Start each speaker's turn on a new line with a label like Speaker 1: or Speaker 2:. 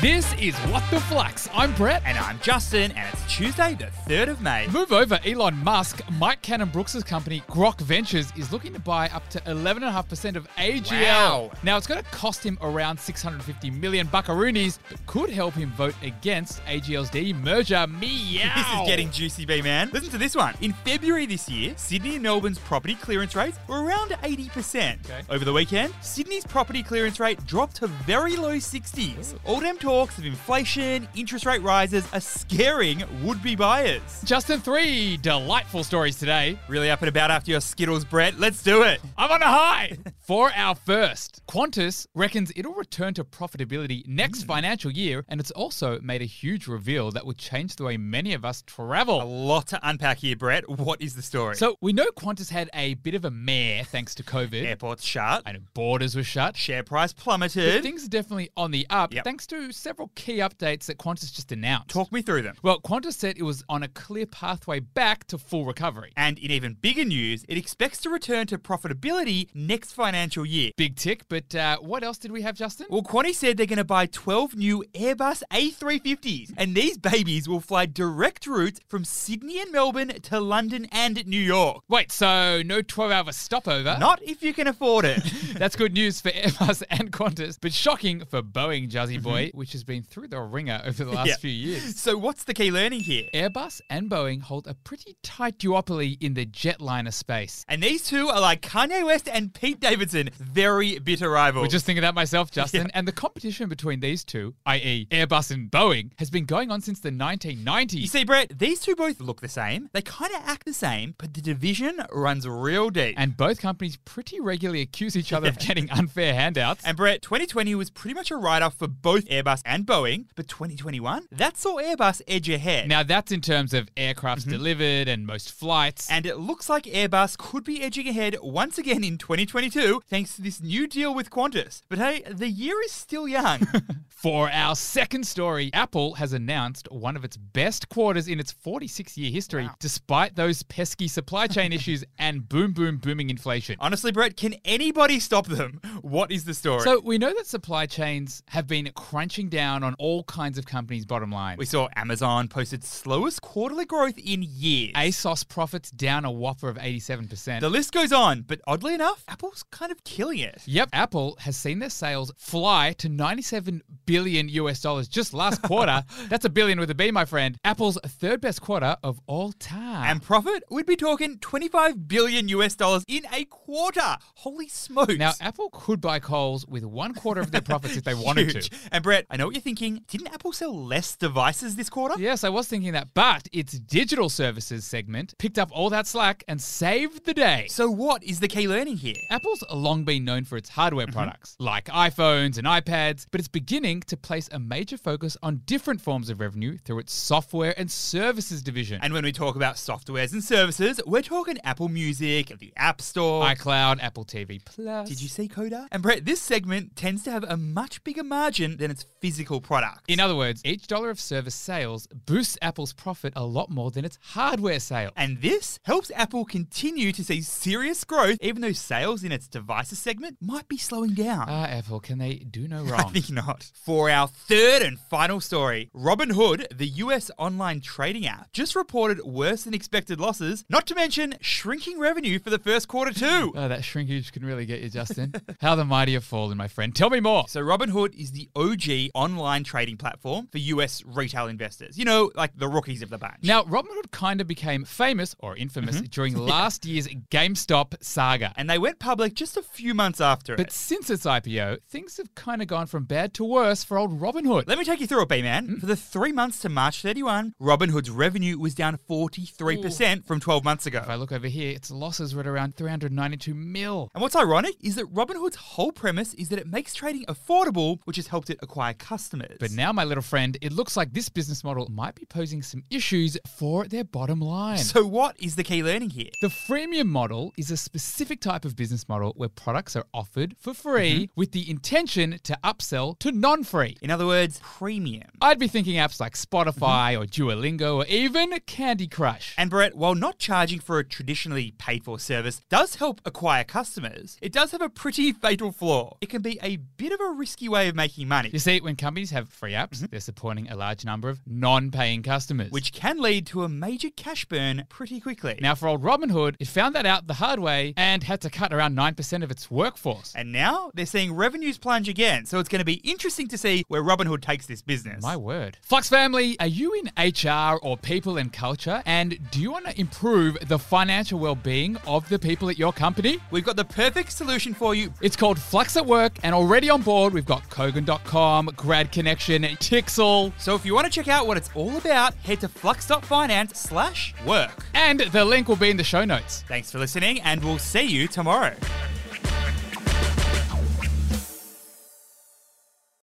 Speaker 1: This is What the Flux. I'm Brett.
Speaker 2: And I'm Justin, and it's Tuesday, the 3rd of May.
Speaker 1: Move over, Elon Musk. Mike Cannon Brooks' company, Grok Ventures, is looking to buy up to 11.5% of AGL.
Speaker 2: Wow.
Speaker 1: Now, it's going to cost him around 650 million buckaroonies, but could help him vote against AGL's demerger. Meow.
Speaker 2: This is getting juicy, B man. Listen to this one. In February this year, Sydney and Melbourne's property clearance rates were around 80%.
Speaker 1: Okay.
Speaker 2: Over the weekend, Sydney's property clearance rate dropped to very low 60s.
Speaker 1: Oh.
Speaker 2: All them talks of inflation, interest rate rises are scaring would be buyers.
Speaker 1: Justin, three delightful stories today.
Speaker 2: Really up and about after your Skittles, Brett. Let's do it.
Speaker 1: I'm on a high. For our first, Qantas reckons it'll return to profitability
Speaker 2: Hmm.
Speaker 1: next financial year, and it's also made a huge reveal that will change the way many of us
Speaker 2: A
Speaker 1: travel.
Speaker 2: lot to unpack here, Brett. What is the story?
Speaker 1: So we know Qantas had a bit of a mare thanks to COVID.
Speaker 2: airports shut,
Speaker 1: I know borders were shut.
Speaker 2: share price
Speaker 1: But
Speaker 2: plummeted.
Speaker 1: things are definitely on the up
Speaker 2: Yep.
Speaker 1: thanks to several key updates that Qantas just announced.
Speaker 2: Talk me through them.
Speaker 1: well, Qantas said it was on a clear pathway back to full recovery.
Speaker 2: And in even bigger news, it expects to return to profitability next financial year.
Speaker 1: Big tick, but uh, what else did we have, Justin?
Speaker 2: Well, Qantas said they're going to buy 12 new Airbus A350s, and these babies will fly direct routes from Sydney and Melbourne to London and New York.
Speaker 1: Wait, so no 12 hour stopover?
Speaker 2: Not if you can afford it.
Speaker 1: That's good news for Airbus and Qantas, but shocking for Boeing, Jazzy Boy, which has been through the ringer over the last
Speaker 2: Mm-hmm. Yeah.
Speaker 1: few years.
Speaker 2: so, what's the key learning here?
Speaker 1: Airbus and Boeing hold a pretty tight duopoly in the jetliner space.
Speaker 2: And these two are like Kanye West and Pete Davidson, very bitter rivals.
Speaker 1: We're just thinking that myself, Justin. And the competition between these two, i.e., Airbus and Boeing, has been going on since the 1990s.
Speaker 2: you see, Brett, these two both look the same. They kind of act the same, but the division runs real deep.
Speaker 1: and both companies pretty regularly accuse each other of getting unfair handouts.
Speaker 2: And Brett, 2020 was pretty much a write off for both Airbus and Boeing, but 2021, that saw Airbus edge ahead.
Speaker 1: now, that's in terms of aircrafts delivered and most flights.
Speaker 2: Mm-hmm. and it looks like Airbus could be edging ahead once again in 2022 thanks to this new deal with Qantas. But hey, the year is still young.
Speaker 1: For our second story, Apple has announced one of its best quarters in its 46 year history, despite those pesky supply chain issues and boom, boom, booming inflation.
Speaker 2: Honestly, Brett, can anybody stop them? What is the story?
Speaker 1: So, we know that supply chains have been crunching down on all kinds of companies' bottom line.
Speaker 2: we saw Amazon posted slowest quarterly growth in years.
Speaker 1: ASOS profits down a whopper of 87%.
Speaker 2: the list goes on, but oddly enough, Apple's kind of killing it.
Speaker 1: Yep, Apple has seen their sales fly to 97 billion US dollars just last quarter. That's a billion with a B, my friend. Apple's third best quarter of all time.
Speaker 2: And profit, we'd be talking 25 billion US dollars in a quarter. Holy smokes.
Speaker 1: Now, Apple could buy Coles with one quarter of their profits if they wanted
Speaker 2: Huge.
Speaker 1: to.
Speaker 2: And Brett, I know what you're thinking. Didn't Apple sell less devices this quarter?
Speaker 1: Yes, I was thinking that, but its digital services segment picked up all that slack and saved the day.
Speaker 2: So what is the key learning here?
Speaker 1: Apple's long been known for its hardware
Speaker 2: Mm-hmm.
Speaker 1: products, like iPhones and iPads, but it's beginning to place a major focus on different forms of revenue through its software and services division.
Speaker 2: And when we talk about softwares and services, we're talking Apple Music, the App Store.
Speaker 1: iCloud, Apple TV Plus.
Speaker 2: Did you see Coda? And Brett, this segment tends to have a much bigger margin than its physical product.
Speaker 1: In other words, each dollar of service sales boosts Apple's profit a lot more than its hardware sales.
Speaker 2: and this helps Apple continue to see serious growth, even though sales in its devices segment might be slowing down.
Speaker 1: Ah, Apple, can they do no
Speaker 2: I
Speaker 1: wrong?
Speaker 2: think not. For our third and final story, Robinhood, the US online trading app, just reported worse than expected losses, not to mention shrinking revenue for the first quarter too.
Speaker 1: Oh, that shrinkage can really get you, Justin. How the mighty have fallen, my friend. Tell me more.
Speaker 2: So Robinhood is the OG online trading platform for US retail investors. You know, like the rookies of the bunch.
Speaker 1: Now, Robinhood kind of became famous or infamous
Speaker 2: Mm-hmm.
Speaker 1: during last year's GameStop saga.
Speaker 2: and they went public just a few months after
Speaker 1: But
Speaker 2: it.
Speaker 1: since its IPO, things have kind of gone from bad to worse for old Robinhood.
Speaker 2: Let me take you through it, B-Man.
Speaker 1: Mm.
Speaker 2: For the three months to March 31, Robinhood's revenue was down 43% from 12 months ago.
Speaker 1: If I look over here, its losses were at around 392 mil.
Speaker 2: And what's ironic is that Robinhood's whole premise is that it makes trading affordable, which has helped it acquire customers.
Speaker 1: But now, my little friend, it looks like this business model might be posing some issues for their bottom line.
Speaker 2: so what is the key learning here?
Speaker 1: the freemium model is a specific type of business model where products are offered for free with the intention to upsell to non free.
Speaker 2: In other words, premium.
Speaker 1: I'd be thinking apps like Spotify or Duolingo or even Candy Crush.
Speaker 2: And Brett, while not charging for a traditionally paid for service does help acquire customers, it does have a pretty fatal flaw. It can be a bit of a risky way of making money,
Speaker 1: You see, when companies have free apps, they're supporting a large number of non paying customers.
Speaker 2: which can lead to a major cash burn pretty quickly.
Speaker 1: now, for old Robinhood, it found that out the hard way and had to cut around 9% of its workforce.
Speaker 2: and now they're seeing revenues plunge again, so it's going to be interesting to see where Robinhood takes this business.
Speaker 1: My word. Flux family, are you in HR or people and culture? And do you want to improve the financial well being of the people at your company?
Speaker 2: We've got the perfect solution for you.
Speaker 1: It's called Flux at Work, and already on board, we've got Kogan.com, Grad Connection, Tixel,
Speaker 2: So if you want to check out what it's all about, head to flux.finance slash work.
Speaker 1: and the link will be in the show notes.
Speaker 2: Thanks for listening, and we'll see you tomorrow.